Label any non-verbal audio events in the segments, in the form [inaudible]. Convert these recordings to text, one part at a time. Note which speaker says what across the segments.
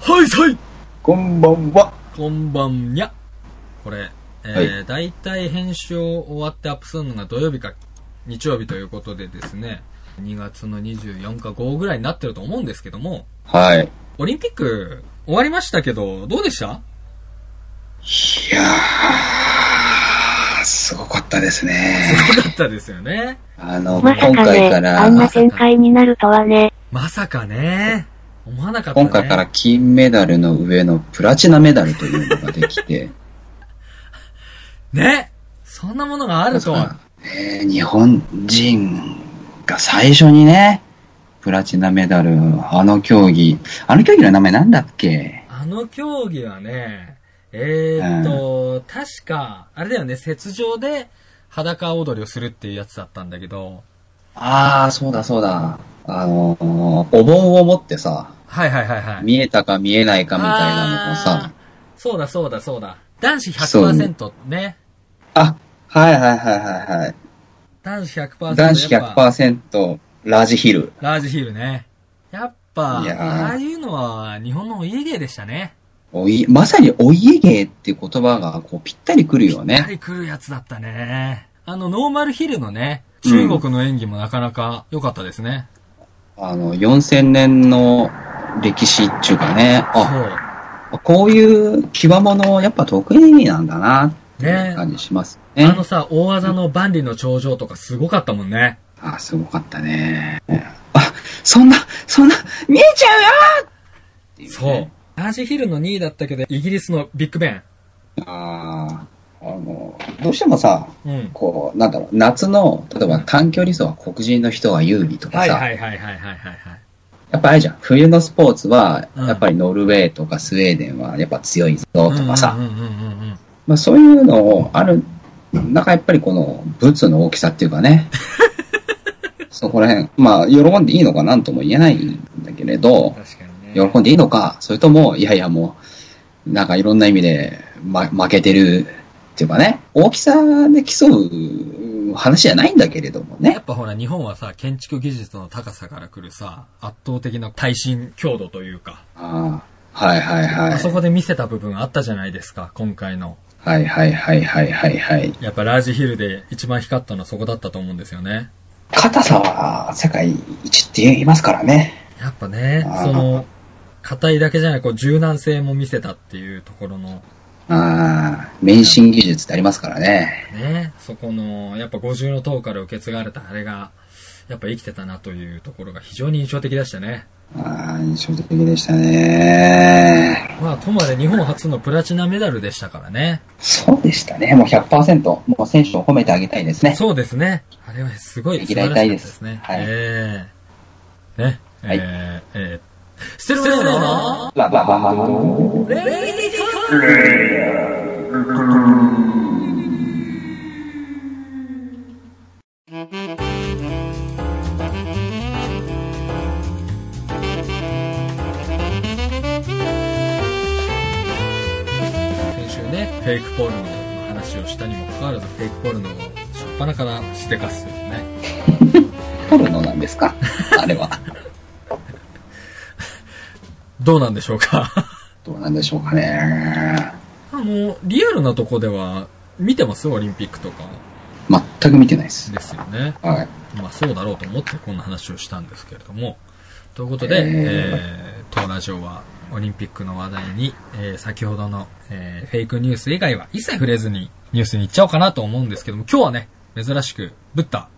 Speaker 1: はいはい
Speaker 2: こんばんは。
Speaker 1: こんばんにゃこれ、えー
Speaker 2: は
Speaker 1: 大体編集を終わってアップするのが土曜日か日曜日ということでですね、2月の24日5ぐらいになってると思うんですけども、
Speaker 2: はい。い
Speaker 1: オリンピック終わりましたけど、どうでした
Speaker 2: やー、すごかったですね。
Speaker 1: すごかったですよね。
Speaker 2: あの、
Speaker 3: まさ
Speaker 2: 今
Speaker 3: か
Speaker 2: 回
Speaker 3: ね、
Speaker 2: から、
Speaker 3: あんな展開になるとはね。
Speaker 1: まさかね、思わなかったね。
Speaker 2: 今回から金メダルの上のプラチナメダルというのができて、
Speaker 1: ねそんなものがあるとは。
Speaker 2: えー日本人が最初にね、プラチナメダル、あの競技、あの競技の名前なんだっけ
Speaker 1: あの競技はね、えーっと、確か、あれだよね、雪上で裸踊りをするっていうやつだったんだけど、
Speaker 2: あー、そうだそうだ。あのーお盆を持ってさ、
Speaker 1: はいはいはいはい。
Speaker 2: 見えたか見えないかみたいなのをさ、
Speaker 1: あーそうだそうだそうだ。男子100%ね。
Speaker 2: あ、はいはいはいはいはい。
Speaker 1: 男子100%。
Speaker 2: 男子
Speaker 1: やっぱ
Speaker 2: 100%ラージヒル。
Speaker 1: ラージヒルね。やっぱ、
Speaker 2: いやー
Speaker 1: ああいうのは日本のお家芸でしたね。
Speaker 2: おい、まさにお家芸っていう言葉がこうぴったりくるよ
Speaker 1: やっぱ
Speaker 2: ね。
Speaker 1: り来るやつだったね。あの、ノーマルヒルのね、中国の演技もなかなか良かったですね。
Speaker 2: あの、4000年の歴史っていうかね、
Speaker 1: そ
Speaker 2: あ、
Speaker 1: う。
Speaker 2: こういう極物、やっぱ得意なんだな、ってい
Speaker 1: ね
Speaker 2: う感じしますね。
Speaker 1: あのさ、大技の万里の頂上とかすごかったもんね。
Speaker 2: あ、すごかったね。あ、そんな、そんな、見えちゃうよっていう
Speaker 1: そう
Speaker 2: ね。。
Speaker 1: ラージヒルの2位だったけど、イギリスのビッグベン。
Speaker 2: あーあの、どうしてもさ、
Speaker 1: うん。
Speaker 2: こう、なんだろう、夏の、例えば短距離走は黒人の人が有利とか
Speaker 1: はい
Speaker 2: さ、
Speaker 1: はいはいはいはいはい。
Speaker 2: やっぱあれじゃん、冬のスポーツは、
Speaker 1: うん
Speaker 2: やっぱりノルウェーとかスウェーデンはやっぱ強いぞとかさ、
Speaker 1: うんうんうんうんうん。
Speaker 2: まあそういうのをある、なんかやっぱりこのブツの大きさっていう
Speaker 1: [laughs]
Speaker 2: かね、そこら辺、まあ喜んでいいのかなんとも言えないんだけれど、
Speaker 1: 確かにね。
Speaker 2: 喜んでいいのか、それとも、いやいやもう、なんかいろんな意味で、ま、負けてるっていうかね、大きさで競う話じゃないんだけれども
Speaker 1: や
Speaker 2: ね
Speaker 1: っ。ぱほら、日本はさ、建築技術の高さから来るさ、圧倒的な耐震強度というか、
Speaker 2: ああはいはいはい。
Speaker 1: あそこで見せた部分あったじゃないですか、今回の。
Speaker 2: はいはいはいはいはいはい。
Speaker 1: やっぱラージヒルで一番光ったのはそこだったと思うんですよね。
Speaker 2: 硬さは世界一って言いますからね。
Speaker 1: やっぱね
Speaker 2: あ、ー
Speaker 1: その、硬いだけじゃない、こう柔軟性も見せたっていうところの、
Speaker 2: ああ、免震技術ってありますからね。
Speaker 1: ね、そこの、やっぱ五重の塔から受け継がれたあれが、やっぱ生きてたなというところが非常に印象的でしたね。
Speaker 2: ああ、印象的でしたね。
Speaker 1: まあ、とまで日本初のプラチナメダルでしたからね。
Speaker 2: そうでしたね。もう100%。もう選手を褒めてあげたいですね。
Speaker 1: そうですね。あれはすごい素晴らしかったですね。
Speaker 2: はい
Speaker 1: ええね。
Speaker 2: はい
Speaker 1: えー、えー、ステルスの
Speaker 2: バババババ
Speaker 1: 先週ね、フェイクポルノの話をしたにもかかわらず、フェイクポルノを初っ端からしてかすよね。
Speaker 2: ポルノなんですかあれは。
Speaker 1: どうなんでしょう
Speaker 2: [laughs]
Speaker 1: か
Speaker 2: どうなんでしょうかね。
Speaker 1: あの、リアルなとこでは見てますオリンピックとか
Speaker 2: 全く見てないです。
Speaker 1: ですよね。
Speaker 2: はい。
Speaker 1: まあそうだろうと思ってこんな話をしたんですけれども。ということで、
Speaker 2: えー
Speaker 1: えー、当ラジオはオリンピックの話題に、えー、先ほどの、えー、フェイクニュース以外は一切触れずにニュースに行っちゃおうかなと思うんですけども、今日はね、珍しくブッダ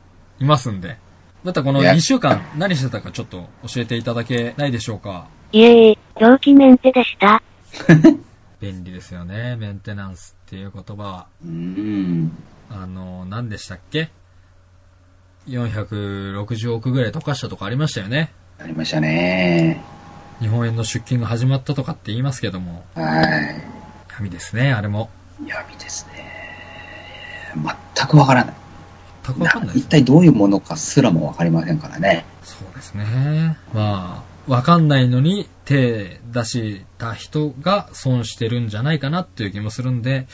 Speaker 1: いますんで、ブッダこの
Speaker 2: いや
Speaker 1: 2週間何してたかちょっと教えていただけないでしょうか
Speaker 3: いえいえ、長期メンテでした。
Speaker 1: 便利ですよね、メンテナンスっていう言葉は。
Speaker 2: うーん。
Speaker 1: あの、何でしたっけ ?460 億ぐらい溶かしたとかありましたよね。
Speaker 2: ありましたね。
Speaker 1: 日本円の出金が始まったとかって言いますけども、
Speaker 2: はい。
Speaker 1: 闇ですね、あれも。
Speaker 2: 闇ですね。全くわからない。
Speaker 1: 全くわかんないです
Speaker 2: 一体どういうものかすらもわかりませんからね。
Speaker 1: そうですね。まあ、わかんないのに手出した人が損してるんじゃないかなっていう気もするんで、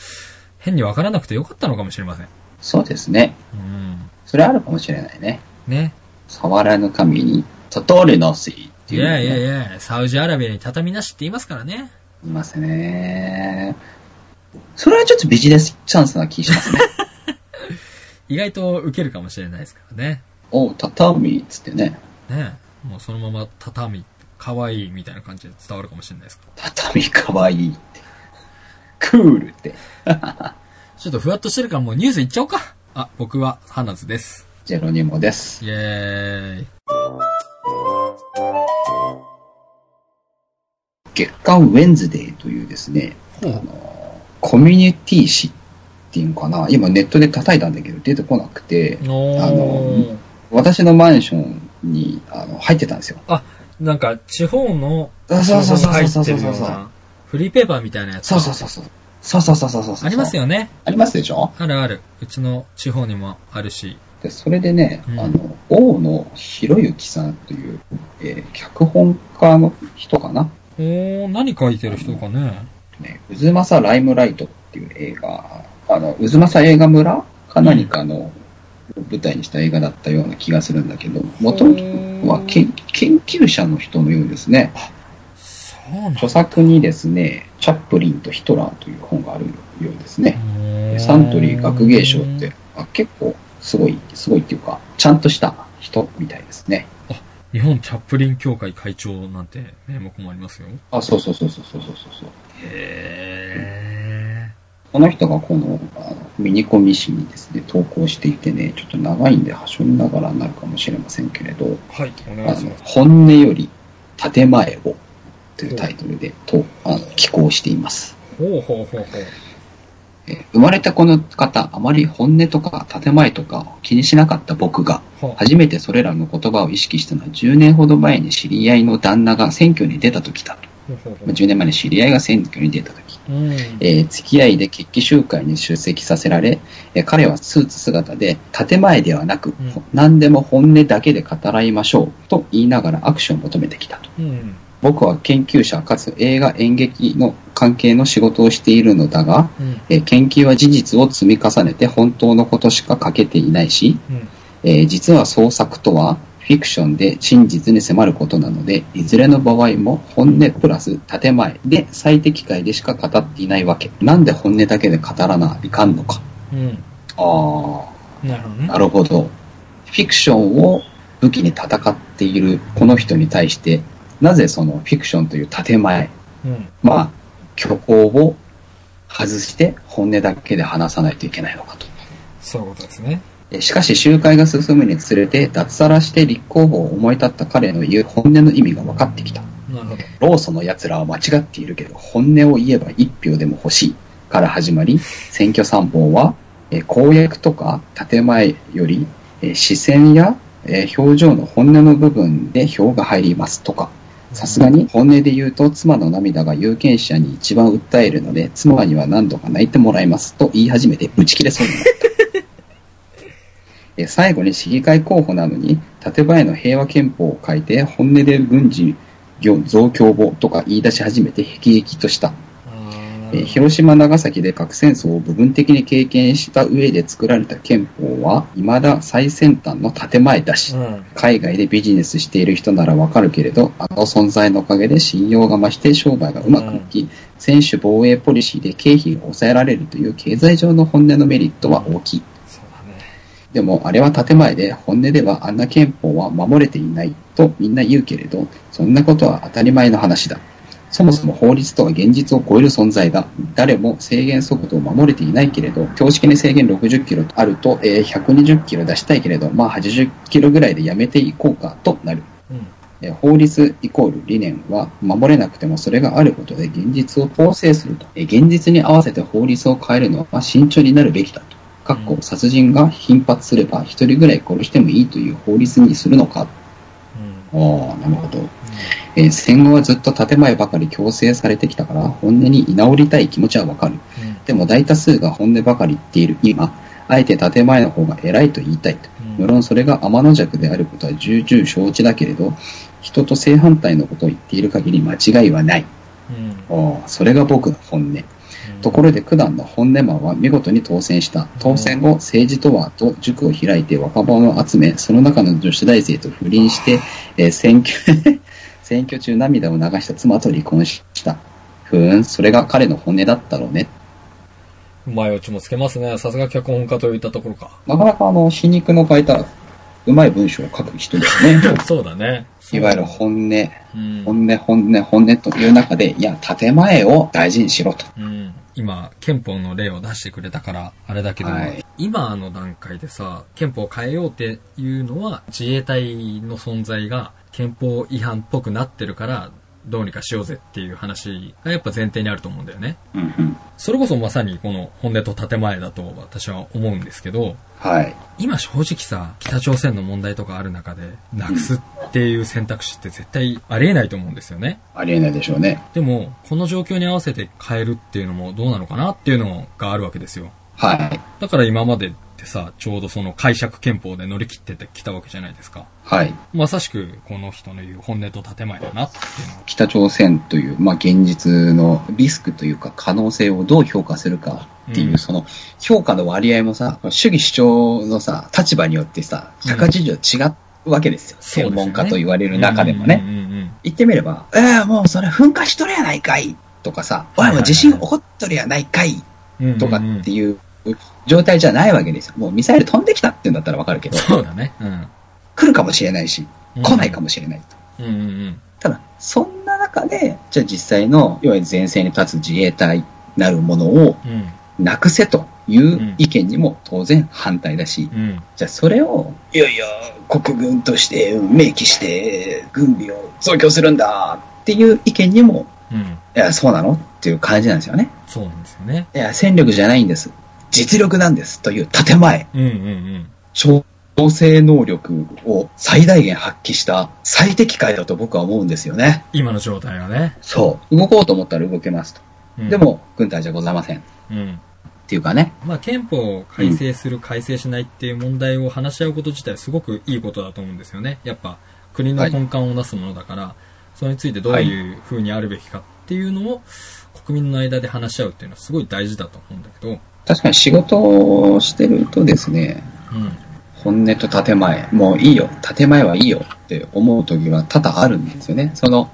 Speaker 1: 変にわからなくてよかったのかもしれません。
Speaker 2: そうですね。
Speaker 1: うん。
Speaker 2: それあるかもしれないね。
Speaker 1: ね。
Speaker 2: 触らぬ神に、悟りの水っって
Speaker 1: い
Speaker 2: いう、
Speaker 1: や
Speaker 2: ね。
Speaker 1: いやいや、サウジアラビアに畳なしって言いますからね。
Speaker 2: いますね。それはちょっとビジネスチャンスな気
Speaker 1: [laughs]
Speaker 2: しますね。
Speaker 1: 意外と受けるかもしれないですからね。
Speaker 2: おう、畳っつってね。
Speaker 1: ねえもうそのまま畳、可愛いみたいな感じで伝わるかもしれないですから。
Speaker 2: 畳かわいいって。クールって。
Speaker 1: ちょっとふわっとしてるからもうニュースいっちゃおうか。あ、僕は花津です。
Speaker 2: ジェロニモです。
Speaker 1: イエーイ。
Speaker 2: 月刊ウェンズデーというですね、
Speaker 1: ほ
Speaker 2: あのコミュニティ誌っていうのかな。今ネットで叩いたんだけど出てこなくて、あ
Speaker 1: お
Speaker 2: の私のマンションにあの入ってたんですよ。
Speaker 1: なんか、地方の、
Speaker 2: あそうそうそうそうそ
Speaker 1: 情
Speaker 2: うそ
Speaker 1: 報
Speaker 2: う
Speaker 1: が
Speaker 2: そ
Speaker 1: 入ってるよ
Speaker 2: う
Speaker 1: なフリーペーパーみたいなやつ。
Speaker 2: そうそうそうそう。そうそうそうそうそうそう。
Speaker 1: あります。よね。
Speaker 2: ありますでしょ
Speaker 1: あるある。うちの地方にもあるし。
Speaker 2: で、それでね、
Speaker 1: うん
Speaker 2: あの、大野博之さんという、えー脚本家の人かな。
Speaker 1: おー、何書いてる人かね。
Speaker 2: ね、渦政ライムライトっていう映画、あの、渦政映画村か何かの舞台にした映画だったような気がするんだけど、元はけん研究者の人のようですね。
Speaker 1: そうなんだ
Speaker 2: 著作にですね、チャップリンとヒトラーという本があるようですね。
Speaker 1: おー
Speaker 2: サントリー学芸賞って、あ結構すごい、すごいっていうか、ちゃんとした人みたいですね。
Speaker 1: 日本チャップリン協会会長なんて名目もありますよ。
Speaker 2: あ、そうそうそうそうそうそうそう。
Speaker 1: へ
Speaker 2: この人がこのあのミニコミ誌にですね、投稿していてね、ちょっと長いんで端折りながらになるかもしれませんけれど、
Speaker 1: ー。はい、お
Speaker 2: あの、本音より建前をというタイトルで、と、あの、寄稿しています。
Speaker 1: ほうほうほうほう。
Speaker 2: えー生まれたこの方、あまり本音とか建前とかを気にしなかった僕が、
Speaker 1: は
Speaker 2: 初めてそれらの言葉を意識したのは10年ほど前に知り合いの旦那が選挙に出た時だと。
Speaker 1: ほうほうほ
Speaker 2: まあ10年前に知り合いが選挙に出た時。
Speaker 1: う。うん。
Speaker 2: えー付き合いで決起集会に出席させられ、えー彼はスーツ姿で建前ではなく、
Speaker 1: ん
Speaker 2: 何でも本音だけで語らいましょうと言いながら握手を求めてきたと。
Speaker 1: うん。
Speaker 2: 僕は研究者かつ映画演劇の関係の仕事をしているのだが、
Speaker 1: うん。
Speaker 2: えー研究は事実を積み重ねて本当のことしか書けていないし、
Speaker 1: うん。
Speaker 2: えー実は創作とはフィクションで真実に迫ることなので、いずれの場合も本音プラス建前で最適解でしか語っていないわけ。なんで本音だけで語らないかんのか。
Speaker 1: うん。
Speaker 2: あ
Speaker 1: なるほど
Speaker 2: あ、
Speaker 1: ね。
Speaker 2: なるほど。フィクションを武器に戦っているこの人に対して、なぜそのフィクションという建前、
Speaker 1: うん。
Speaker 2: まあ、虚構を外して本音だけで話さないといけないのかと。
Speaker 1: そういうことですね。
Speaker 2: えしかし集会が進むにつれて脱サラして立候補を思い立った彼の言う本音の意味が分かってきた。
Speaker 1: なるほど。
Speaker 2: 老祖の奴らは間違っているけど、本音を言えば一票でも欲しいから始まり、選挙参謀は、え公約とか建前より、え視線や、え表情の本音の部分で票が入りますとか、さすがに本音で言うと妻の涙が有権者に一番訴えるので、妻には何度か泣いてもらいますと言い始めて打ち切れそうになった。 [laughs] え最後に市議会候補なのに、建前の平和憲法を書いて本音で軍事業増強法とか言い出し始めて辟易とした。
Speaker 1: あーな
Speaker 2: えー
Speaker 1: るほど
Speaker 2: 広島、長崎で核戦争を部分的に経験した上で作られた憲法は、未だ最先端の建前だし、
Speaker 1: うん。
Speaker 2: 海外でビジネスしている人ならわかるけれど、あの存在のおかげで信用が増して商売がうまくいき、専守防衛ポリシーで経費が抑えられるという経済上の本音のメリットは大きい。
Speaker 1: そうだね。
Speaker 2: でも、あれは建前で、本音ではあんな憲法は守れていないとみんな言うけれど、そんなことは当たり前の話だ。そもそも法律とは現実を超える存在だ。誰も制限速度を守れていないけれど、標識に制限60キロあると、えー120キロ出したいけれど、まあ80キロぐらいでやめていこうかとなる。
Speaker 1: うん。
Speaker 2: えー法律イコール理念は守れなくてもそれがあることで現実を構成すると。えー現実に合わせて法律を変えるのは慎重になるべきだと。かっこ殺人が頻発すれば一人ぐらい殺してもいいという法律にするのか。
Speaker 1: うん。
Speaker 2: ああ、なるほど。えー戦後はずっと建前ばかり強制されてきたから本音に居直りたい気持ちはわかる。
Speaker 1: うん。
Speaker 2: でも大多数が本音ばかり言っている今、あえて建前の方が偉いと言いたいと。
Speaker 1: う
Speaker 2: 無
Speaker 1: ん。
Speaker 2: 論それが天の弱であることは重々承知だけれど、人と正反対のことを言っている限り間違いはない。
Speaker 1: うん。
Speaker 2: ああそれが僕の本音。
Speaker 1: うん
Speaker 2: ところで九段の本音マンは見事に当選した。当選後、政治とはと塾を開いて若者を集め、その中の女子大生と不倫して、えー選挙、 [laughs] 選挙中涙を流した妻と離婚した。ふーん、それが彼の本音だったろうね。
Speaker 1: うまいオチもつけますね。さすが脚本家といったところか。
Speaker 2: なかなかあの、皮肉の書いた、うまい文章を書く人ですね。
Speaker 1: [laughs] そうだね。
Speaker 2: いわゆる本音、
Speaker 1: うん。
Speaker 2: 本音、本音、本音という中で、いや、建前を大事にしろと。
Speaker 1: うん。今、憲法の例を出してくれたから、あれだけども、
Speaker 2: はい
Speaker 1: 今の段階でさ、憲法を変えようっていうのは、自衛隊の存在が憲法違反っぽくなってるから、どうにかしようぜっていう話がやっぱ前提にあると思うんだよね。
Speaker 2: うんうん。
Speaker 1: それこそまさにこの本音と建前だと私は思うんですけど、
Speaker 2: はい。
Speaker 1: 今正直さ、北朝鮮の問題とかある中で、なくすっていう選択肢って絶対ありえないと思うんですよね。
Speaker 2: ありえないでしょうね。
Speaker 1: でも、この状況に合わせて変えるっていうのもどうなのかなっていうのがあるわけですよ。
Speaker 2: はい。
Speaker 1: だから今までってさ、ちょうどその解釈憲法で乗り切ってきたわけじゃないですか。
Speaker 2: はい。
Speaker 1: まさしく、この人の言う本音と建前だなっていうのは。
Speaker 2: 北朝鮮という、まあ、現実のリスクというか可能性をどう評価するかっていう、
Speaker 1: うん
Speaker 2: その評価の割合もさ、主義主張のさ、立場によってさ、高事情違うわけですよ。
Speaker 1: そうです
Speaker 2: 専
Speaker 1: ね
Speaker 2: 門家と言われる中でも
Speaker 1: う
Speaker 2: ね。
Speaker 1: んうんうん
Speaker 2: 言ってみれば、えー、もうそれ噴火しとるやないかいとかさ、お
Speaker 1: は
Speaker 2: い
Speaker 1: いはい
Speaker 2: も
Speaker 1: はい
Speaker 2: う地震起こっとるやないかい
Speaker 1: うん。
Speaker 2: とか
Speaker 1: うんうんうん
Speaker 2: っていう状態じゃないわけですよ。もうミサイル飛んできたっていうんだったらわかるけど、
Speaker 1: そうだね。うん。
Speaker 2: 来るかもしれないし、
Speaker 1: うん
Speaker 2: 来ないか。もしれない。
Speaker 1: うんうんうん。
Speaker 2: ただ、そんな中で、じゃあ実際の、いわゆる前線に立つ自衛隊なるものを
Speaker 1: うん。
Speaker 2: なくせという意見にも当然反対だし、
Speaker 1: うん。
Speaker 2: じゃあそれを、いやいや、国軍として明記して軍備を増強するんだっていう意見にも、
Speaker 1: うん。
Speaker 2: いや、そうなのっていう感じなんですよね。
Speaker 1: そうなんですよね。
Speaker 2: いや、戦力じゃないんです。実力なんですという建前。
Speaker 1: うんうんうん。
Speaker 2: 調整能力を最大限発揮した最適解だと僕は思うんですよね。
Speaker 1: 今の状態はね。
Speaker 2: そう。動こうと思ったら動けますと。
Speaker 1: うん
Speaker 2: で、も、軍隊じゃございません。っ
Speaker 1: うん。
Speaker 2: ていうかね。
Speaker 1: まあ、憲法を改正する、改正しないっていう問題を話し合うこと自体すごくいいことだと思うんですよね。やっぱ、国の根幹をなすものだから、それについてどういう風にあるべきかっていうのを、国民の間で話し合うっていうのはすごい大事だと思うんだけど、
Speaker 2: 確かに仕事をしてるとですね、
Speaker 1: うん。
Speaker 2: 本音と建前、もういいよ、建前はいいよって思う時は多々あるんですよね。その、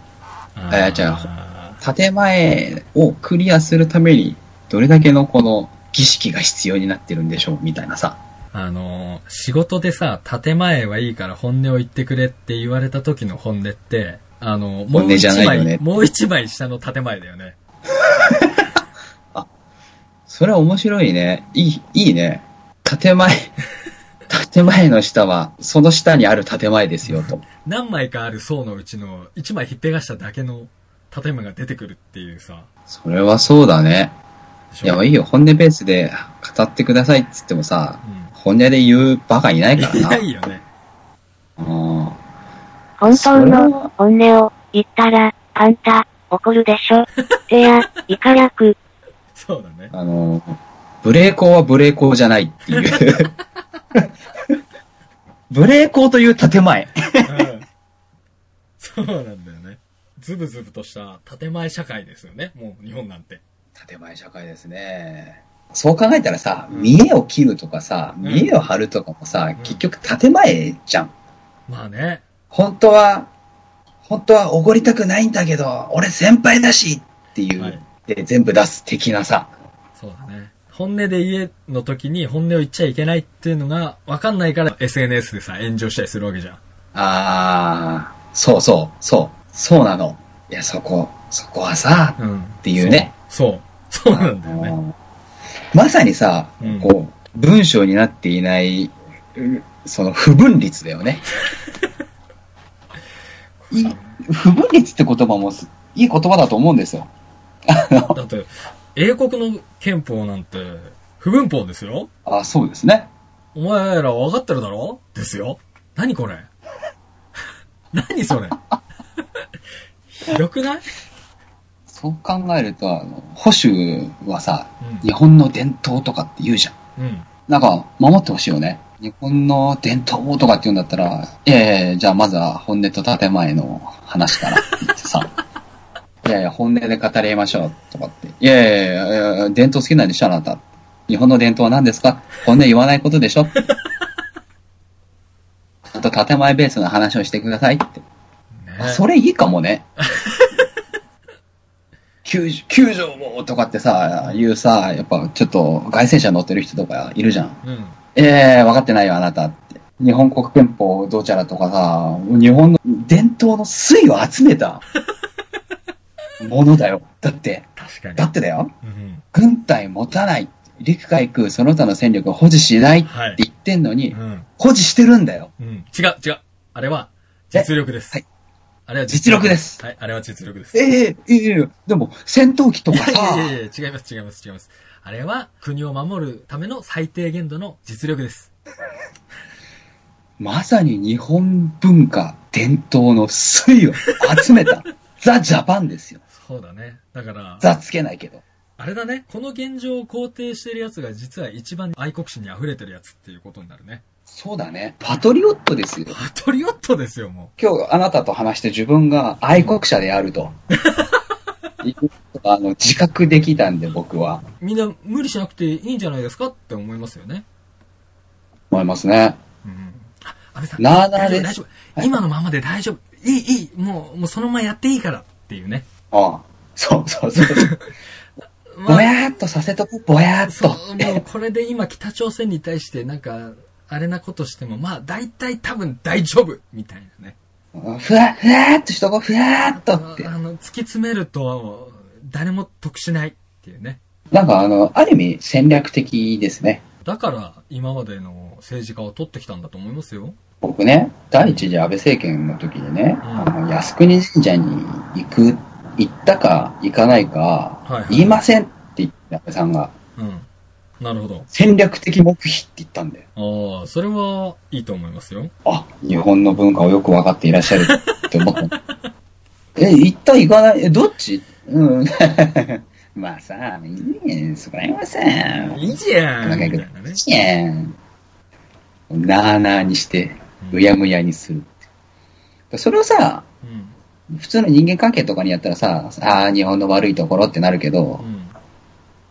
Speaker 1: あ
Speaker 2: ーじゃ建前をクリアするために、どれだけのこの儀式が必要になってるんでしょう、みたいなさ。
Speaker 1: あのー、仕事でさ、建前はいいから本音を言ってくれって言われた時の本音って、あのー、も
Speaker 2: 本
Speaker 1: う
Speaker 2: 音じゃ
Speaker 1: 一
Speaker 2: ないよ
Speaker 1: 枚、
Speaker 2: ね
Speaker 1: もう一枚下の建前だよね。
Speaker 2: それは面白いね。いい、いいね。建
Speaker 1: [laughs]
Speaker 2: 前、建前の下は、その下にある建前ですよ、と。
Speaker 1: 何枚かある層のうちの1枚ひっぺがしただけの建物が出てくるっていうさ。
Speaker 2: それはそうだね。
Speaker 1: でしょ
Speaker 2: いや、まあいいよ、本音ベースで語ってくださいって言ってもさ、
Speaker 1: う
Speaker 2: 本音で言うバカいない
Speaker 1: ん。
Speaker 2: から
Speaker 1: い
Speaker 2: な。
Speaker 1: ないよね。
Speaker 2: うん
Speaker 3: 本当
Speaker 2: それは
Speaker 3: の本音を言ったら、パンタ、怒るでしょ。てや、いかやく、
Speaker 1: そうだ
Speaker 2: [laughs]
Speaker 1: ね。
Speaker 2: あの、無礼講は無礼講じゃないっ
Speaker 1: [laughs]
Speaker 2: ていう。無礼講という建前。
Speaker 1: うん。そうなんだよね。ズブズブとした建前社会ですよね。もう日本なんて。
Speaker 2: 建前社会ですね。そう考えたらさ、見栄を切るとかさ、
Speaker 1: ん
Speaker 2: 見栄を張るとかもさ、
Speaker 1: ん
Speaker 2: 結局建前じゃん。
Speaker 1: まあね。
Speaker 2: 本当は、本当はおごりたくないんだけど、俺先輩だしっていう、
Speaker 1: はい
Speaker 2: で全部出す的なさ。
Speaker 1: そうだね。本音で言えの時に本音を言っちゃいけないっていうのが分かんないから SNS でさ、炎上したりするわけじゃん。
Speaker 2: ああ、そうそう、そう、そうなの。いや、そこ、そこはさ、
Speaker 1: うん。って
Speaker 2: いうね。
Speaker 1: そう。そうなんだよね。
Speaker 2: まさにさ、
Speaker 1: うん
Speaker 2: こう、文章になっていない、うその不分率だ
Speaker 1: [laughs]
Speaker 2: よね。い不分率って言葉もす、いい言葉だと思うんですよ。
Speaker 1: だって、英国の憲法なんて、不文法ですよ
Speaker 2: あそうですね。
Speaker 1: お前ら分かってるだろですよ。何これ [laughs] 何それひどくない
Speaker 2: そう考えると、あの保守はさ、
Speaker 1: う
Speaker 2: 日本の伝統とかって言うじゃん。
Speaker 1: ん。うん。
Speaker 2: なんか、守ってほしいよね。日本の伝統とかって言うんだったら、いやいや、じゃあまずは本音と建前の話からって言ってさ、 [laughs] いやいや、本音で語り合いましょうとかって、いやいやいやいや、伝統好きなんでしょ、あなた。日本の伝統は何ですか本音言わないことでしょ [laughs] あと建前ベースの話をしてくださいって。
Speaker 1: ね
Speaker 2: あそれいいかもね。9条もとかってさ、いうさ、やっぱちょっと外戦車乗ってる人とかいるじゃん。
Speaker 1: うん。
Speaker 2: ええ分かってないよ、あなたって。日本国憲法どうちゃらとかさ、日本の伝統の粋を集めたものだよ。だって、
Speaker 1: 確かに。
Speaker 2: だってだよ。
Speaker 1: うん
Speaker 2: 軍隊持たない。陸海空その他の戦力を保持しないって
Speaker 1: はい
Speaker 2: 言ってんのに
Speaker 1: う、ん。
Speaker 2: 保持してるんだよ。
Speaker 1: うん。うん。違う、違う。あれは、実力です。
Speaker 2: えはい。
Speaker 1: あれは
Speaker 2: 実力です
Speaker 1: はい、あれは実力です。
Speaker 2: ええええでも戦闘機と
Speaker 1: い
Speaker 2: か
Speaker 1: やいやいや
Speaker 2: さ、
Speaker 1: いや、違います、違います、違います。あれは、国を守るための最低限度の実力です。
Speaker 2: まさに日本文化、伝統の粋を集めた、ザ・ジャパンですよ。
Speaker 1: そうだね。だから、
Speaker 2: ザつけないけど。
Speaker 1: あれだね。この現状を肯定してるやつが実は一番愛国心に溢れてるやつっていうことになるね。
Speaker 2: そうだね。パトリオットですよ。
Speaker 1: パトリオットですよ、も
Speaker 2: 今日あなたと話して自分が愛国者であ
Speaker 1: [laughs]
Speaker 2: ると。いうことがあの自覚できたんで僕は
Speaker 1: う。みんな無理しなくていいんじゃないですかって思いますよね。
Speaker 2: 思いますね。
Speaker 1: うん。あ、安倍さん。
Speaker 2: なあなあ
Speaker 1: 大丈夫
Speaker 2: で
Speaker 1: 大
Speaker 2: す
Speaker 1: 丈夫。今のままで大丈夫。いい、いい。もう、もうそのままやっていいからっていうね。
Speaker 2: ああそうそうそう。
Speaker 1: まあ
Speaker 2: ぼやーっとさせとく、ぼやーっ
Speaker 1: そ
Speaker 2: と。
Speaker 1: う、もうこれで今北朝鮮に対してなんか、あれなことしても、まあ大体多分大丈夫みたいなね。
Speaker 2: ふわ、ふわーっとしとこう、ふわーっと
Speaker 1: あ
Speaker 2: って。
Speaker 1: あの、突き詰めると、誰も得しないっていうね。
Speaker 2: なんかあの、ある意味戦略的ですね。
Speaker 1: だから、今までの政治家を取ってきたんだと思いますよ。
Speaker 2: 僕ね、第一次安倍政権の時にね、
Speaker 1: うん
Speaker 2: あの靖国神社に行く、行ったか行かないか、
Speaker 1: はいはい
Speaker 2: 言いませんって言って安倍さんが、
Speaker 1: うん。なるほど。
Speaker 2: 戦略的黙秘って言ったんだよ。
Speaker 1: ああ、それはいいと思いますよ。
Speaker 2: あ、日本の文化をよく分かっていらっしゃるって思った。 [laughs] え、行った行かないえ、どっちうん。 [laughs] まあさ、いいねそこら辺はさ、
Speaker 1: いいじゃん
Speaker 2: なんか
Speaker 1: み
Speaker 2: 行
Speaker 1: た
Speaker 2: く
Speaker 1: いなね。
Speaker 2: いいねなあなあにして、
Speaker 1: う
Speaker 2: うんやむやにするって。それをさ、
Speaker 1: うん。
Speaker 2: 普通の人間関係とかにやったらさ、ああ、日本の悪いところってなるけ
Speaker 1: う
Speaker 2: ど、
Speaker 1: ん。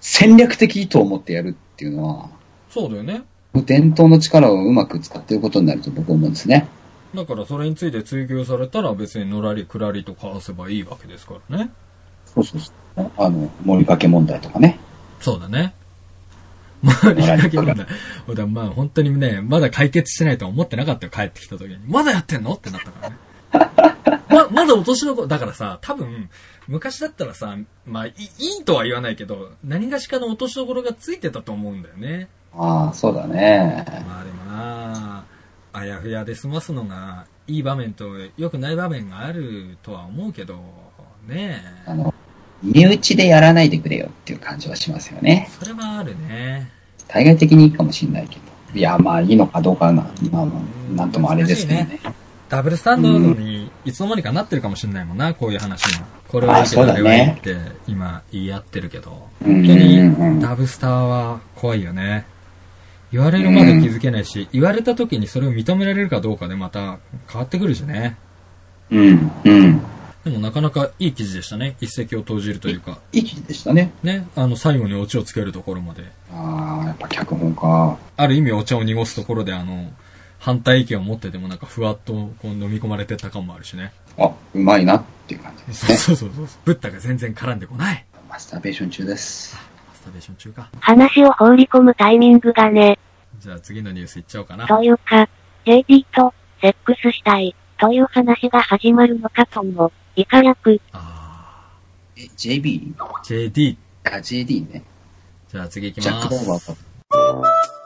Speaker 2: 戦略的と思ってやるっていうのは、
Speaker 1: そうだよね。
Speaker 2: 伝統の力をうまく使っていることになると僕は思うんですね。
Speaker 1: だからそれについて追及されたら別にのらりくらりとかわせばいいわけですからね。
Speaker 2: そうそうそう。あの、盛りかけ問題とかね。
Speaker 1: そうだね。盛り上げ問題。俺はまあ本当にね、まだ解決してないとは思ってなかったよ、帰ってきた時に。まだやってんのってなったからね。 [laughs] ま、まだお年の子、だからさ、多分、昔だったらさ、まあい、いいとは言わないけど、何がしかの落としどころがついてたと思うんだよね。
Speaker 2: ああ、そうだね。
Speaker 1: まあでもなあ、あやふやで済ますのが、いい場面と良くない場面があるとは思うけど、ねえ
Speaker 2: あ。の、身内でやらないでくれよっていう感じはしますよね。
Speaker 1: それはあるね。
Speaker 2: 対外的にいいかもしれないけど。いや、まあいいのかどうかな、まあまあ、なんともあれですけどね。
Speaker 1: ダブルスタンダードにいつの間にかなってるかもしれないもんな、こういう話も。これはいいけど、
Speaker 2: あそう
Speaker 1: あ
Speaker 2: だ
Speaker 1: れ
Speaker 2: ね
Speaker 1: はいいって今言い合ってるけど。
Speaker 2: う
Speaker 1: 本
Speaker 2: ん
Speaker 1: 当
Speaker 2: うんう
Speaker 1: に
Speaker 2: ん
Speaker 1: ダブスターは怖いよね。言われるまで気づけないし、言われた時にそれを認められるかどうかでまた変わってくるしね。
Speaker 2: うん、うん。
Speaker 1: でもなかなかいい記事でしたね。一石を投じるというか。
Speaker 2: いい記事でしたね。
Speaker 1: ね、あの最後にオチをつけるところまで。
Speaker 2: ああ、やっぱ脚本か。
Speaker 1: ある意味お茶を濁すところであの、反対意見を持っててもなんかふわっとこう飲み込まれてった感もあるしね。
Speaker 2: あ、うまいなっていう感じで
Speaker 1: そ
Speaker 2: す
Speaker 1: う
Speaker 2: ね。
Speaker 1: そうそうそう。ブッダが全然絡んでこない。
Speaker 2: マスターベーション中です。
Speaker 1: マスターベーション中か。
Speaker 3: 話を放り込むタイミングがね、
Speaker 1: じゃあ次のニュースいっちゃおうかな。
Speaker 3: というか、JD とセックスしたい、という話が始まるのかとも、いかやく、
Speaker 1: あ
Speaker 2: え、JB?
Speaker 1: ー JD。
Speaker 2: あ、JD ね。
Speaker 1: じゃあ次行き
Speaker 2: ジャッ
Speaker 1: ま
Speaker 2: ク・ボーバ
Speaker 1: す。
Speaker 2: ーと。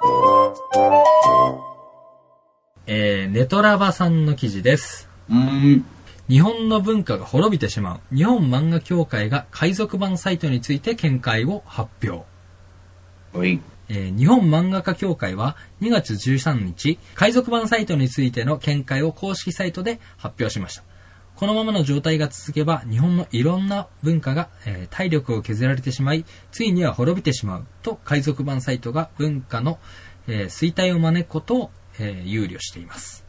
Speaker 1: えー、ネトラバさんの記事です。
Speaker 2: うーん。
Speaker 1: 日本の文化が滅びてしまう。日本漫画協会が海賊版サイトについて見解を発表。
Speaker 2: おい。
Speaker 1: えー日本漫画家協会は2月13日、海賊版サイトについての見解を公式サイトで発表しました。このままの状態が続けば、日本のいろんな文化が、えー体力を削られてしまい、ついには滅びてしまうと、海賊版サイトが文化の、えー衰退を招くことを、えー憂慮しています。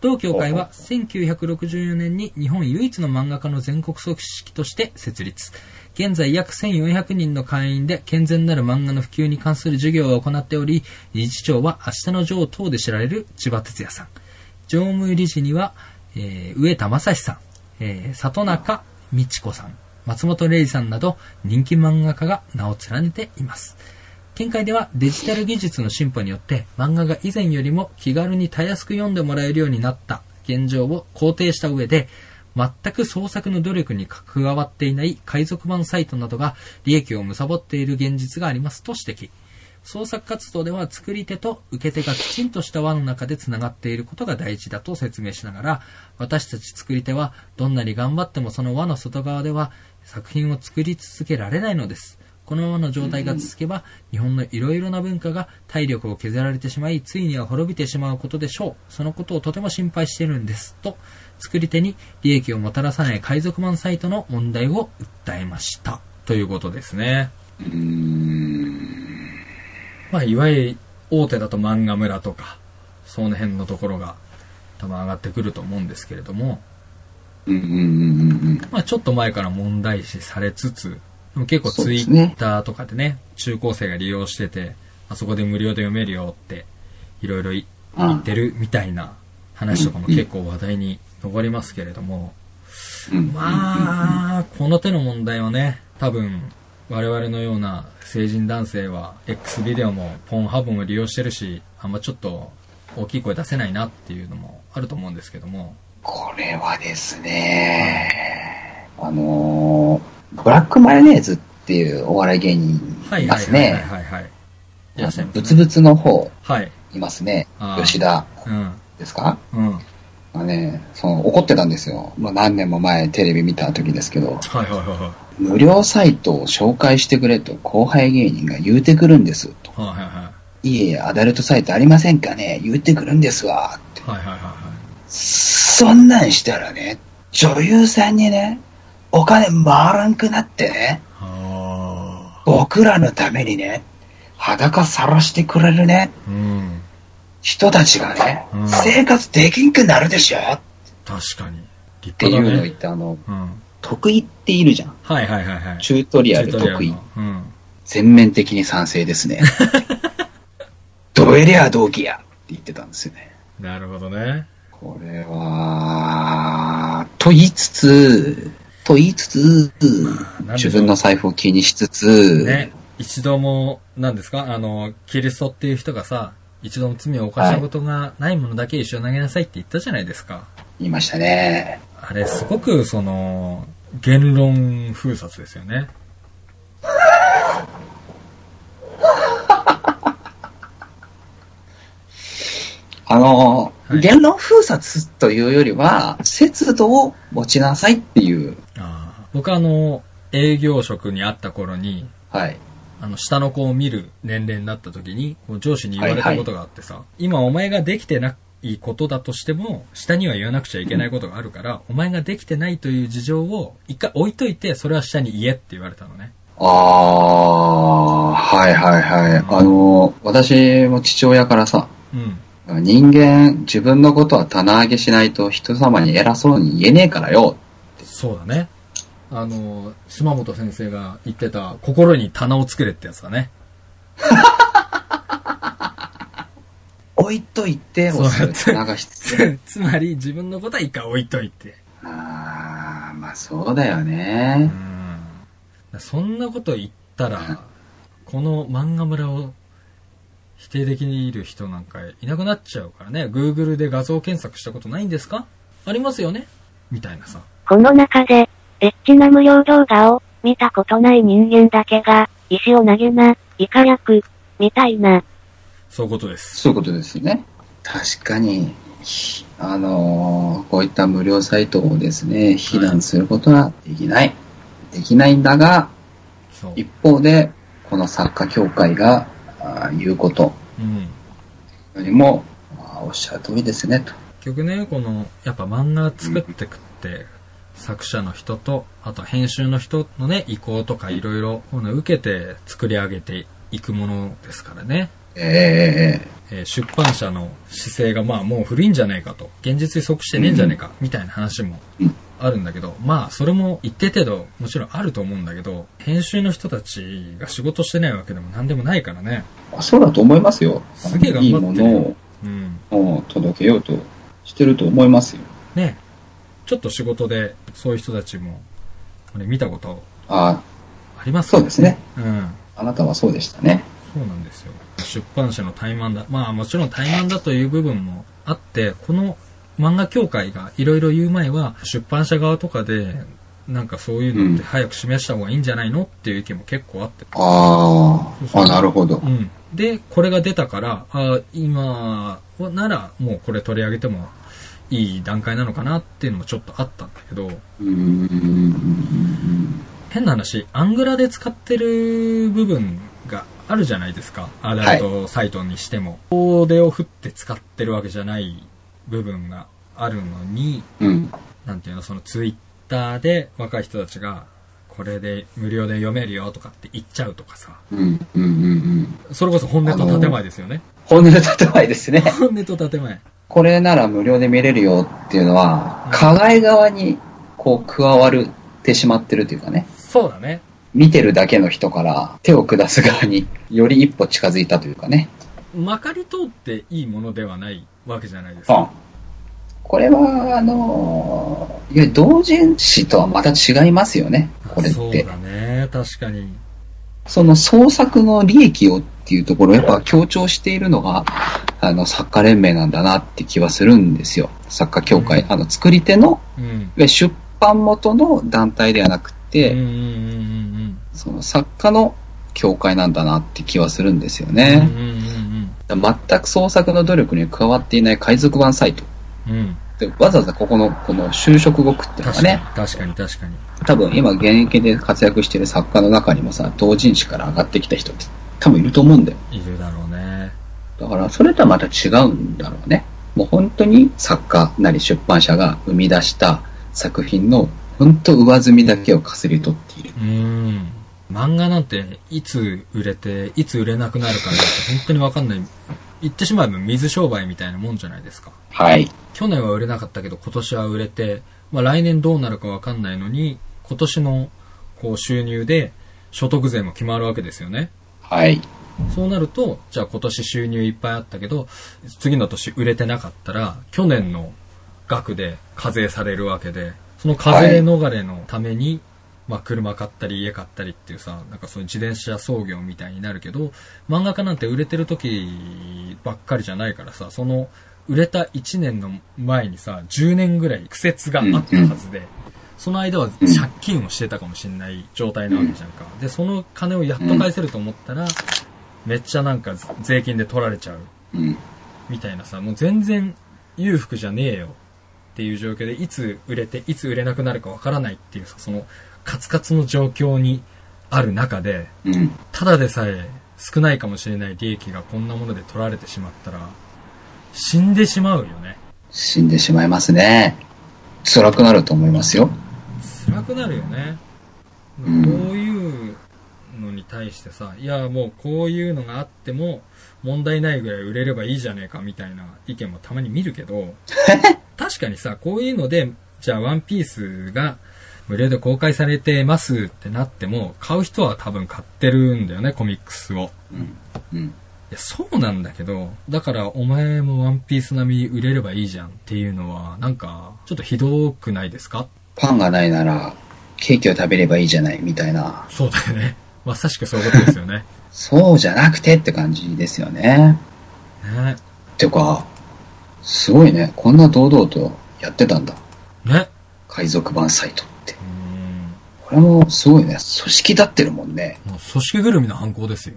Speaker 1: 同協会は1964年に日本唯一の漫画家の全国組織として設立。現在約1400人の会員で健全なる漫画の普及に関する授業を行っており、理事長は明日の女王等で知られる千葉哲也さん。常務理事には、えー、上田正史さん。えー里中美智子さん、松本零士さんなど人気漫画家が名を連ねています。見解ではデジタル技術の進歩によって漫画が以前よりも気軽にたやすく読んでもらえるようになった現状を肯定した上で、全く創作の努力に関わっていない海賊版サイトなどが利益を貪っている現実がありますと指摘。創作活動では作り手と受け手がきちんとした輪の中でつながっていることが大事だと説明しながら私たち作り手はどんなに頑張ってもその輪の外側では作品を作り続けられないのですこのままの状態が続けば日本のいろいろな文化が体力を削られてしまいついには滅びてしまうことでしょうそのことをとても心配しているんですと作り手に利益をもたらさない海賊版サイトの問題を訴えましたということですね
Speaker 2: うーん。
Speaker 1: まあ、いわゆる大手だと漫画村とか、その辺のところが多分上がってくると思うんですけれども、
Speaker 2: うんうんうんうんうん。
Speaker 1: まあ、ちょっと前から問題視されつつ、でも結構
Speaker 2: そう
Speaker 1: ツイ
Speaker 2: ですね
Speaker 1: ッターとかでね、中高生が利用してて、あそこで無料で読めるよって、いろいろ言
Speaker 2: あ
Speaker 1: ってるみたいな話とかも結構話題に上りますけれども、
Speaker 2: うん
Speaker 1: まあ、この手の問題はね、多分、我々のような成人男性は、X ビデオも、ポンハブも利用してるし、あんまちょっと、大きい声出せないなっていうのもあると思うんですけども。
Speaker 2: これはですね、あのーブラックマヨネーズっていうお笑い芸人
Speaker 1: はい
Speaker 2: い
Speaker 1: は
Speaker 2: ま
Speaker 1: い
Speaker 2: す
Speaker 1: はいはい
Speaker 2: ね。
Speaker 1: はいはい。いらっしゃいます、
Speaker 2: ぶつぶつの方
Speaker 1: はい。
Speaker 2: いますね
Speaker 1: あ。ー
Speaker 2: 吉田
Speaker 1: うん。
Speaker 2: ですか
Speaker 1: うん。はい
Speaker 2: まあね、その怒ってたんですよ。まあ、何年も前テレビ見た時ですけど、
Speaker 1: はいはいは
Speaker 2: 無料サイトを紹介してくれと後輩芸人が言うてくるんですと。
Speaker 1: い。はいはいはい
Speaker 2: えいえ、アダルトサイトありませんかね言うてくるんですわ。
Speaker 1: い。はいはいはいは
Speaker 2: そんなんしたらね、女優さんにね、お金回らんくなってね、
Speaker 1: い。あ
Speaker 2: 僕らのためにね、裸さらしてくれるね、
Speaker 1: ー。うん。
Speaker 2: 人たちがね、
Speaker 1: うん
Speaker 2: 生活できんくなるでしょっ
Speaker 1: 確かに。立
Speaker 2: ていう
Speaker 1: 派
Speaker 2: のを
Speaker 1: だ
Speaker 2: 言っ
Speaker 1: ね。
Speaker 2: て、あの、
Speaker 1: うん。
Speaker 2: 得意っているじゃん。
Speaker 1: はいはいはいはい。
Speaker 2: チュートリアル
Speaker 1: チュート
Speaker 2: 得意
Speaker 1: の。うん。
Speaker 2: 全面的に賛成です
Speaker 1: [laughs]
Speaker 2: ね。どえりゃ同期やって言ってたんですよね。
Speaker 1: なるほどね。
Speaker 2: これは、と言いつつ、と言いつつ、
Speaker 1: なんでしょ
Speaker 2: 自
Speaker 1: う
Speaker 2: 分の財布を気にしつつ、
Speaker 1: ね、一度も、何ですかあの、キリストっていう人がさ、一度も罪を犯したことがないものだけ一緒に投げなさいって言ったじゃないですか。
Speaker 2: 言いましたね。
Speaker 1: あれ、すごく、その、言論封殺ですよね。
Speaker 2: あの、
Speaker 1: はい
Speaker 2: 言論封殺というよりは、節度を持ちなさいっていう、
Speaker 1: あー僕はあの、営業職にあった頃に、
Speaker 2: はい。
Speaker 1: あの、下の子を見る年齢になった時に、こう上司に言われたことがあってさ、今お前ができてないことだとしても、下には言わなくちゃいけないことがあるから、お前ができてないという事情を一回置いといて、それは下に言えって言われたのね。
Speaker 2: ああ、はいはいはい。あの、私も父親からさ、
Speaker 1: うん。
Speaker 2: 人間、自分のことは棚上げしないと人様に偉そうに言えねえからよ。
Speaker 1: そうだね。あの、島本先生が言ってた、心に棚を作れってやつだね。
Speaker 2: 置いといて、
Speaker 1: そう
Speaker 2: おすすめ。流しつつ。
Speaker 1: [laughs] つつまり、自分のことは一回置いといて。
Speaker 2: ああ、まあそうだよ
Speaker 1: う
Speaker 2: ね。
Speaker 1: ん。そんなこと言ったら、この漫画村を否定できる人なんかいなくなっちゃうからね。Google で画像検索したことないんですかありますよねみたいなさ。
Speaker 3: この中で、エッチな無料動画を、見たことない人間だけが、石を投げな、イカ役、みたいな、
Speaker 1: そういうことです。
Speaker 2: そういうことですよね。確かに、ひあのーこういった無料サイトをですね、非難することはできない。できないんだが、
Speaker 1: そう。
Speaker 2: 一方で、この作家協会があー言うこと
Speaker 1: うん。
Speaker 2: よりも、あーおっしゃる通りですね、と。
Speaker 1: 結局ねこのやっぱ漫画作ってくって作者の人とあと編集の人のね意向とかいろいろこういうの受けて作り上げていくものですからね、
Speaker 2: ええ
Speaker 1: えー出版社の姿勢がまあもう古いんじゃないかと現実に即してねえんじゃねえかみたいな話も
Speaker 2: うん
Speaker 1: あるんだけどまあそれも一定程度もちろんあると思うんだけど編集の人たちが仕事してないわけでも何でもないからね
Speaker 2: あそうだと思いますよ。
Speaker 1: すげえ
Speaker 2: いい
Speaker 1: 頑張
Speaker 2: も
Speaker 1: ってる
Speaker 2: の
Speaker 1: うん
Speaker 2: をうん届けようとしてると思いますよ。
Speaker 1: ね、ちょっと仕事でそういう人たちも、これ見たこと
Speaker 2: あ
Speaker 1: ありま
Speaker 2: あ、
Speaker 1: すか
Speaker 2: そうですね。
Speaker 1: うん。
Speaker 2: あなたはそうでしたね。
Speaker 1: そうなんですよ。出版社の怠慢だ。まあもちろん怠慢だという部分もあって、この漫画協会がいろいろ言う前は、出版社側とかで、なんかそういうのって早く示した方がいいんじゃないのっていう意見も結構あって。
Speaker 2: ああ、あなるほど
Speaker 1: う。ん。で、これが出たから、あ今ならもうこれ取り上げてもいい段階なのかなっていうのもちょっとあったんだけど、
Speaker 2: うーん。
Speaker 1: 変な話、アングラで使ってる部分があるじゃないですか。アダルトサイトにしても。大手を振って使ってるわけじゃない部分があるのに、
Speaker 2: うん。
Speaker 1: なんていうの、そのツイッターで若い人たちが、これで無料で読めるよとかって言っちゃうとかさ。
Speaker 2: うん。うん。うん。うん。
Speaker 1: それこそ本音と建前ですよね。
Speaker 2: 本音の建前ですね。
Speaker 1: [laughs] 本音と建前。
Speaker 2: これなら無料で見れるよっていうのは
Speaker 1: うん、
Speaker 2: 加害側にこう加わるってしまってるというかね、
Speaker 1: そうだね。
Speaker 2: 見てるだけの人から手を下す側により一歩近づいたというかね。
Speaker 1: まかり通っていいものではないわけじゃないです
Speaker 2: う
Speaker 1: か。
Speaker 2: ん。これは、あのーいわゆる同人誌とはまた違いますよね、これっ
Speaker 1: そう
Speaker 2: て。
Speaker 1: だね。確かに。
Speaker 2: その創作の利益をっていうところをやっぱ強調しているのが、あの、作家連盟なんだなって気はするんですよ。作家協会。
Speaker 1: うん
Speaker 2: あの、作り手の、
Speaker 1: うん。
Speaker 2: いわゆる出版元の団体ではなくて、
Speaker 1: うんうんうんうん
Speaker 2: その作家の協会なんだなって気はするんですよ
Speaker 1: うん。
Speaker 2: ね。
Speaker 1: うんうんうん
Speaker 2: 全く創作の努力に加わっていない海賊版サイト。
Speaker 1: うん。うん。
Speaker 2: でわざわざここの、この就職後っていうの
Speaker 1: 確
Speaker 2: が
Speaker 1: かに
Speaker 2: ね、、
Speaker 1: 確かに、確かに。
Speaker 2: 多分今現役で活躍している作家の中にもさ、同人誌から上がってきた人って多分いると思うんだよ。
Speaker 1: いるだろうね。
Speaker 2: だからそれとはまた違うんだろうね。もう本当に作家なり出版社が生み出した作品の本当上積みだけをかすり取っている。
Speaker 1: うん。漫画なんて、いつ売れて、いつ売れなくなるかなんて、本当にわかんない。言ってしまえば水商売みたいなもんじゃないですか。
Speaker 2: はい。
Speaker 1: 去年は売れなかったけど、今年は売れて、まあ来年どうなるかわかんないのに、今年の、こう、収入で、所得税も決まるわけですよね。
Speaker 2: はい。
Speaker 1: そうなると、じゃあ今年収入いっぱいあったけど、次の年売れてなかったら、去年の額で課税されるわけで、その課税逃れのために、まあ車買ったり家買ったりっていうさ、なんかその自転車操業みたいになるけど、漫画家なんて売れてる時ばっかりじゃないからさ、その売れた1年の前にさ、10年ぐらい苦節があったはずで、その間は借金をしてたかもしれない状態なわけじゃんか。で、その金をやっと返せると思ったら、めっちゃなんか税金で取られちゃう
Speaker 2: うん。
Speaker 1: みたいなさ、もう全然裕福じゃねえよっていう状況で、いつ売れて、いつ売れなくなるかわからないっていうさ、そのカツカツの状況にある中で、
Speaker 2: うん。
Speaker 1: ただでさえ少ないかもしれない利益がこんなもので取られてしまったら、死んでしまうよね。
Speaker 2: 死んでしまいますね。辛くなると思いますよ。
Speaker 1: 辛くなるよね。こう
Speaker 2: うん
Speaker 1: いうのに対してさ、いやもうこういうのがあっても問題ないぐらい売れればいいじゃねえかみたいな意見もたまに見るけど、確かにさ、こういうので、じゃあワンピースが無料で公開されてますってなっても、買う人は多分買ってるんだよね、コミックスを。
Speaker 2: うん。うん。
Speaker 1: いや、そうなんだけど、だからお前もワンピース並みに売れればいいじゃんっていうのは、なんか、ちょっとひどくないですか
Speaker 2: パンがないなら、ケーキを食べればいいじゃない、みたいな。
Speaker 1: そうだよね。まさしくそういうことですよね。
Speaker 2: そうじゃなくてって感じですよね。
Speaker 1: ね。
Speaker 2: てか、すごいね。こんな堂々とやってたんだ。
Speaker 1: ね。
Speaker 2: 海賊版サイトって。
Speaker 1: うーん。
Speaker 2: これもすごいね。組織立ってるもんね。
Speaker 1: もう組織ぐるみの犯行ですよ。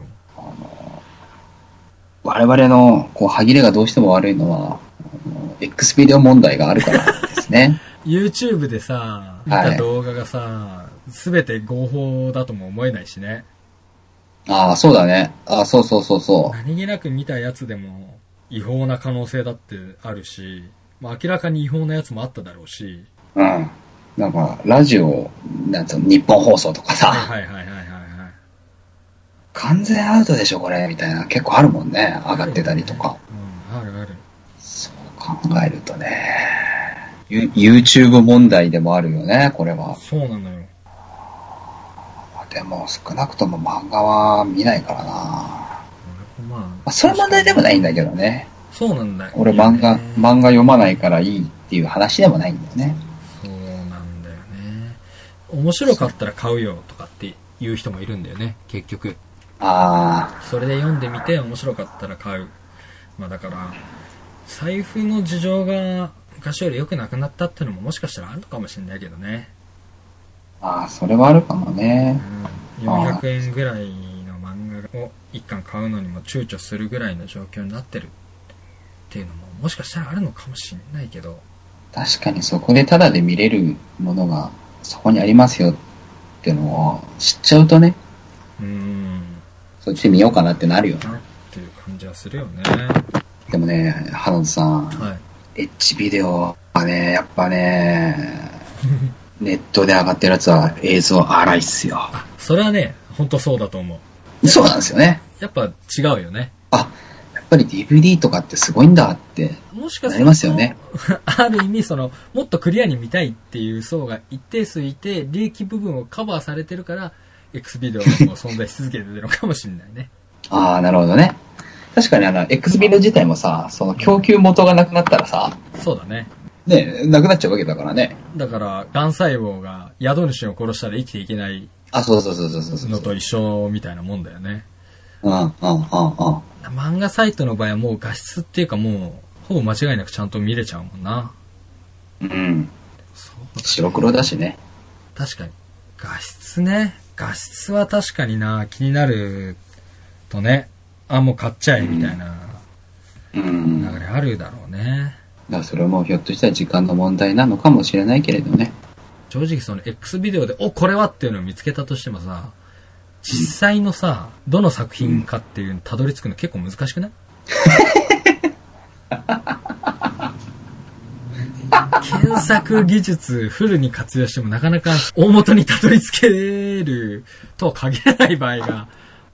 Speaker 2: 我々の、こう、歯切れがどうしても悪いのは、あの X ビデオ問題があるからですね。
Speaker 1: YouTube でさ、見た動画がさ、すべ、て合法だとも思えないしね。
Speaker 2: ああ、そうだね。ああ、そうそうそうそう。
Speaker 1: 何気なく見たやつでも違法な可能性だってあるし、まあ明らかに違法なやつもあっただろうし。
Speaker 2: うん。なんか、ラジオ、なんつうの、日本放送とか
Speaker 1: はい [laughs]
Speaker 2: さ、
Speaker 1: はいはいはいはいはい。
Speaker 2: 完全アウトでしょ、これ、みたいな、結構あるもんね、上がってたりとか。
Speaker 1: うん、あるある。
Speaker 2: そう考えるとね、ユ YouTube 問題でもあるよね、これは。
Speaker 1: そうなのよ。
Speaker 2: でも、少なくとも漫画は見ないからな。ま
Speaker 1: 俺もま
Speaker 2: あ、それ問題でもないんだけどね。
Speaker 1: あ、そうなんだよ、ね。
Speaker 2: 俺漫画、漫画読まないからいいっていう話でもないんだよね。
Speaker 1: そうなんだよね。面白かったら買うよとかっていう人もいるんだよね、結局。
Speaker 2: あ
Speaker 1: それで読んでみて面白かったら買う。まあだから、財布の事情が昔より良くなくなったってのももしかしたらあるのかもしれないけどね。
Speaker 2: ーあー、それはあるかもね。
Speaker 1: うん、400円ぐらいの漫画を1巻買うのにも躊躇するぐらいの状況になってるっていうのももしかしたらあるのかもしれないけど、
Speaker 2: 確かにそこでタダで見れるものがそこにありますよってのを知っちゃうとね、
Speaker 1: うん、
Speaker 2: そっちで見ようかなってなるよね。
Speaker 1: なっていう感じはするよね。
Speaker 2: でもね、ハロンさん、
Speaker 1: はい。
Speaker 2: エッジビデオはね、やっぱね、ネットで上がってるやつは映像荒いっすよ。
Speaker 1: あ、それはね、ほんとそうだと思う。
Speaker 2: そうなんですよね。
Speaker 1: やっぱ違うよね。
Speaker 2: あ、やっぱり DVD とかってすごいんだって。
Speaker 1: もしかす
Speaker 2: な
Speaker 1: る
Speaker 2: り
Speaker 1: と、
Speaker 2: ますよね
Speaker 1: [laughs] ある意味、その、もっとクリアに見たいっていう層が一定数いて、利益部分をカバーされてるから、X ビデオがもう存在し続けてるのかもしれないね。
Speaker 2: ああ、なるほどね。確かにあの、X ビデオ自体もさ、その供給元がなくなったらさ、
Speaker 1: そうだね。
Speaker 2: ね、なくなっちゃうわけだからね。
Speaker 1: だから、癌細胞が宿主を殺したら生きていけない
Speaker 2: あ、そうそうそうそうそうそう
Speaker 1: のと一緒みたいなもんだよね。
Speaker 2: うん、うん、うん、うん。
Speaker 1: 漫画サイトの場合はもう画質っていうかもう、ほぼ間違いなくちゃんと見れちゃうもんな。
Speaker 2: うん。
Speaker 1: そう
Speaker 2: 白黒だしね。
Speaker 1: 確かに。画質ね。画質は確かにな、気になるとね、あ、もう買っちゃえ、みたいな
Speaker 2: うん。
Speaker 1: 流
Speaker 2: だか
Speaker 1: れあるだろうね。
Speaker 2: らそれもひょっとしたら時間の問題なのかもしれないけれどね。
Speaker 1: 正直その X ビデオで、お、これはっていうのを見つけたとしてもさ、実際のさ、どの作品かっていうのたどり着くの結構難しくない検索技術フルに活用してもなかなか大元にたどり着けるとは限らない場合が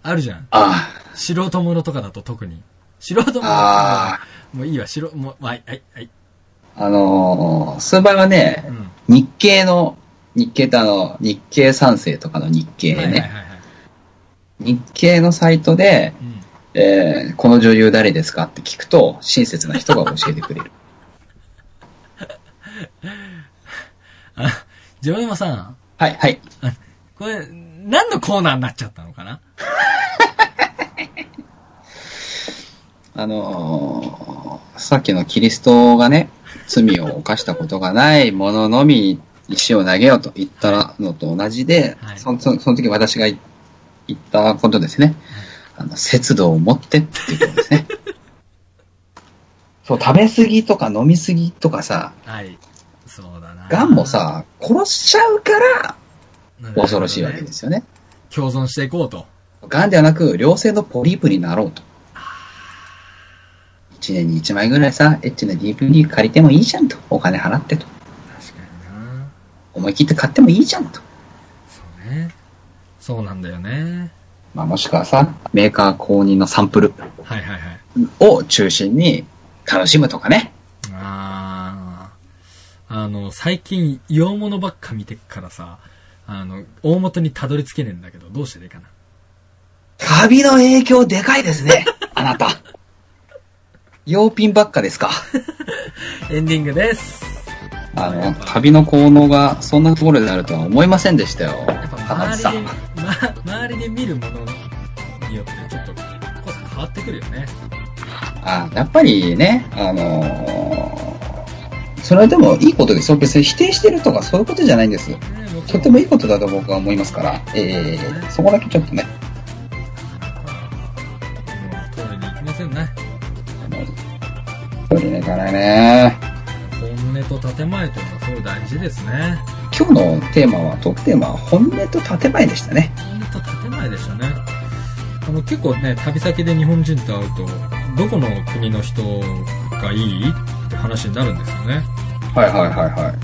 Speaker 1: あるじゃん。
Speaker 2: あ
Speaker 1: 素人ものとかだと特に。素人ものとか
Speaker 2: あ
Speaker 1: はもういいわ、素人、もう、はい、はい、はい。
Speaker 2: あ、あのー、数倍は
Speaker 1: う
Speaker 2: ね、
Speaker 1: ん。
Speaker 2: 日経の、日経ってあの、日経三世とかの日経
Speaker 1: は
Speaker 2: ね、
Speaker 1: いはいはいはい。
Speaker 2: 日経のサイトで、
Speaker 1: うん。
Speaker 2: えー、この女優誰ですかって聞くと、親切な人が教えて
Speaker 1: [laughs]
Speaker 2: くれる。
Speaker 1: あ、ジョイマさん、
Speaker 2: はい、はい。
Speaker 1: これ、何のコーナーになっちゃったのかな
Speaker 2: あのーさっきのキリストがね、罪を犯したことがない者のみ石を投げようと言ったのと同じで、
Speaker 1: はい
Speaker 2: そのそのその時私が言ったことですね。あの、節度を持ってっていうことです
Speaker 1: [laughs]
Speaker 2: ね。そう、食べ過ぎとか飲み過ぎとかさ、
Speaker 1: はい。そうだな。。
Speaker 2: ガンも、さ、殺しちゃうから恐ろしいわけですすよね。
Speaker 1: 共存していこうと。
Speaker 2: ガンではなく、良性のポリープになろうと。1年に1枚ぐらいさ、エッチな DVD 借りてもいいじゃんと。お金払ってと。
Speaker 1: 確かにな。
Speaker 2: 思い切って買ってもいいじゃんと。
Speaker 1: そうね。そうなんだよね。
Speaker 2: まあ、もしくはさ、メーカー公認のサンプル
Speaker 1: はいはいはい。
Speaker 2: を中心に楽しむとかね。
Speaker 1: あー。あの、最近、洋物ばっか見てっからさ、あの、大元にたどり着けねえんだけど、どうしてでいいかな。
Speaker 2: カビの影響でかいです
Speaker 1: [laughs]
Speaker 2: ね。あなた。用品ばっ
Speaker 1: [laughs]
Speaker 2: かですか。
Speaker 1: エンディングです。
Speaker 2: あの、カビの効能がそんなところであるとは思いませんでしたよ。
Speaker 1: やっぱ
Speaker 2: 花
Speaker 1: 周
Speaker 2: さ
Speaker 1: りで
Speaker 2: ん。、
Speaker 1: ま、周りで見るものによってちょっと、濃さ変わってくるよね。
Speaker 2: あやっぱりね、あのーそれはでもいいことですよ。別に否定してるとかそういうことじゃないんです。
Speaker 1: ね僕
Speaker 2: とてもいいことだと僕は思いますから、えー、そこだけちょっとね、
Speaker 1: もうトイレに行きませんね。
Speaker 2: あの、これね、からね。
Speaker 1: 本音と建前というのはすごい大事ですね。
Speaker 2: 今日のテーマは、トークテーマは本音と建前でしたね。
Speaker 1: 本音と建前でしたね。あの結構ね、旅先で日本人と会うと、どこの国の人がいいって話になるんですよね。
Speaker 2: はいはいはいはい。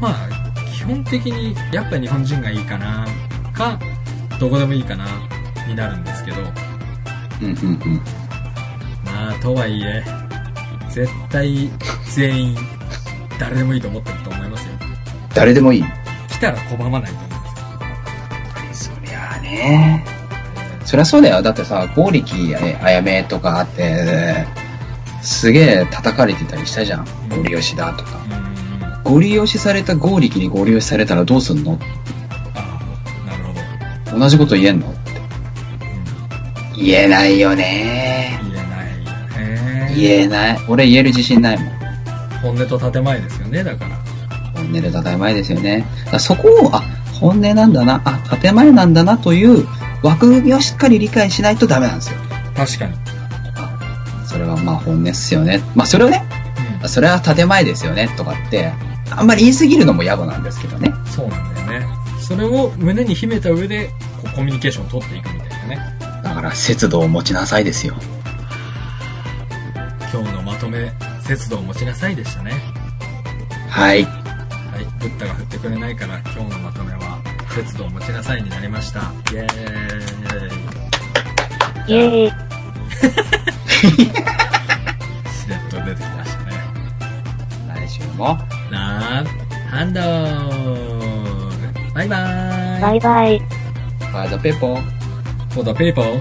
Speaker 1: まあ、基本的にやっぱ日本人がいいかな、か、どこでもいいかな、になるんですけど、
Speaker 2: うんうんうん。
Speaker 1: まあ、とはいえ、絶対全員、誰でもいいと思ってると思いますよ。
Speaker 2: 誰でもいい。
Speaker 1: 来たら拒まないと思います。
Speaker 2: そりゃあね。そりゃそうだよ。だってさ、剛力やねあやめとかあって、すげえ叩かれてたりしたじゃん。ゴリ押しだとか。
Speaker 1: うん
Speaker 2: ゴリ押しされた剛力にゴリ押しされたらどうすんのっ同じこと言えんのって。言えないよね
Speaker 1: 言えないよね。
Speaker 2: 言えない。俺言える自信ないもん。
Speaker 1: 本音と建前ですよね、だから。
Speaker 2: 本音で建前ですよね。だからそこを、あ、本音なんだな、あ、建前なんだなという枠組みをしっかり理解しないとダメなんですよ。
Speaker 1: 確かに。
Speaker 2: あそれはまあ本音っすよね。まあそれをね、あそれは建前ですよねとかって、あんまり言いすぎるのも野暮なんですけどね。
Speaker 1: うん、そうなんだよね。それを胸に秘めた上で、こうコミュニケーションを取っていくみたいなね。
Speaker 2: だから節度を持ちなさいですよ。
Speaker 1: 今日のまとめ、節度を持ちなさいでしたね。
Speaker 2: はい。
Speaker 1: はい、ブッダが振ってくれないから、今日のまとめは、節度を持ちなさいになりました。イェーイ。
Speaker 3: イエーイ。
Speaker 1: しれっと出てきましたね。
Speaker 2: 来週も。
Speaker 1: ラブハンドバイバーイ
Speaker 3: バイバイ。
Speaker 2: ファードペポ。
Speaker 1: For the people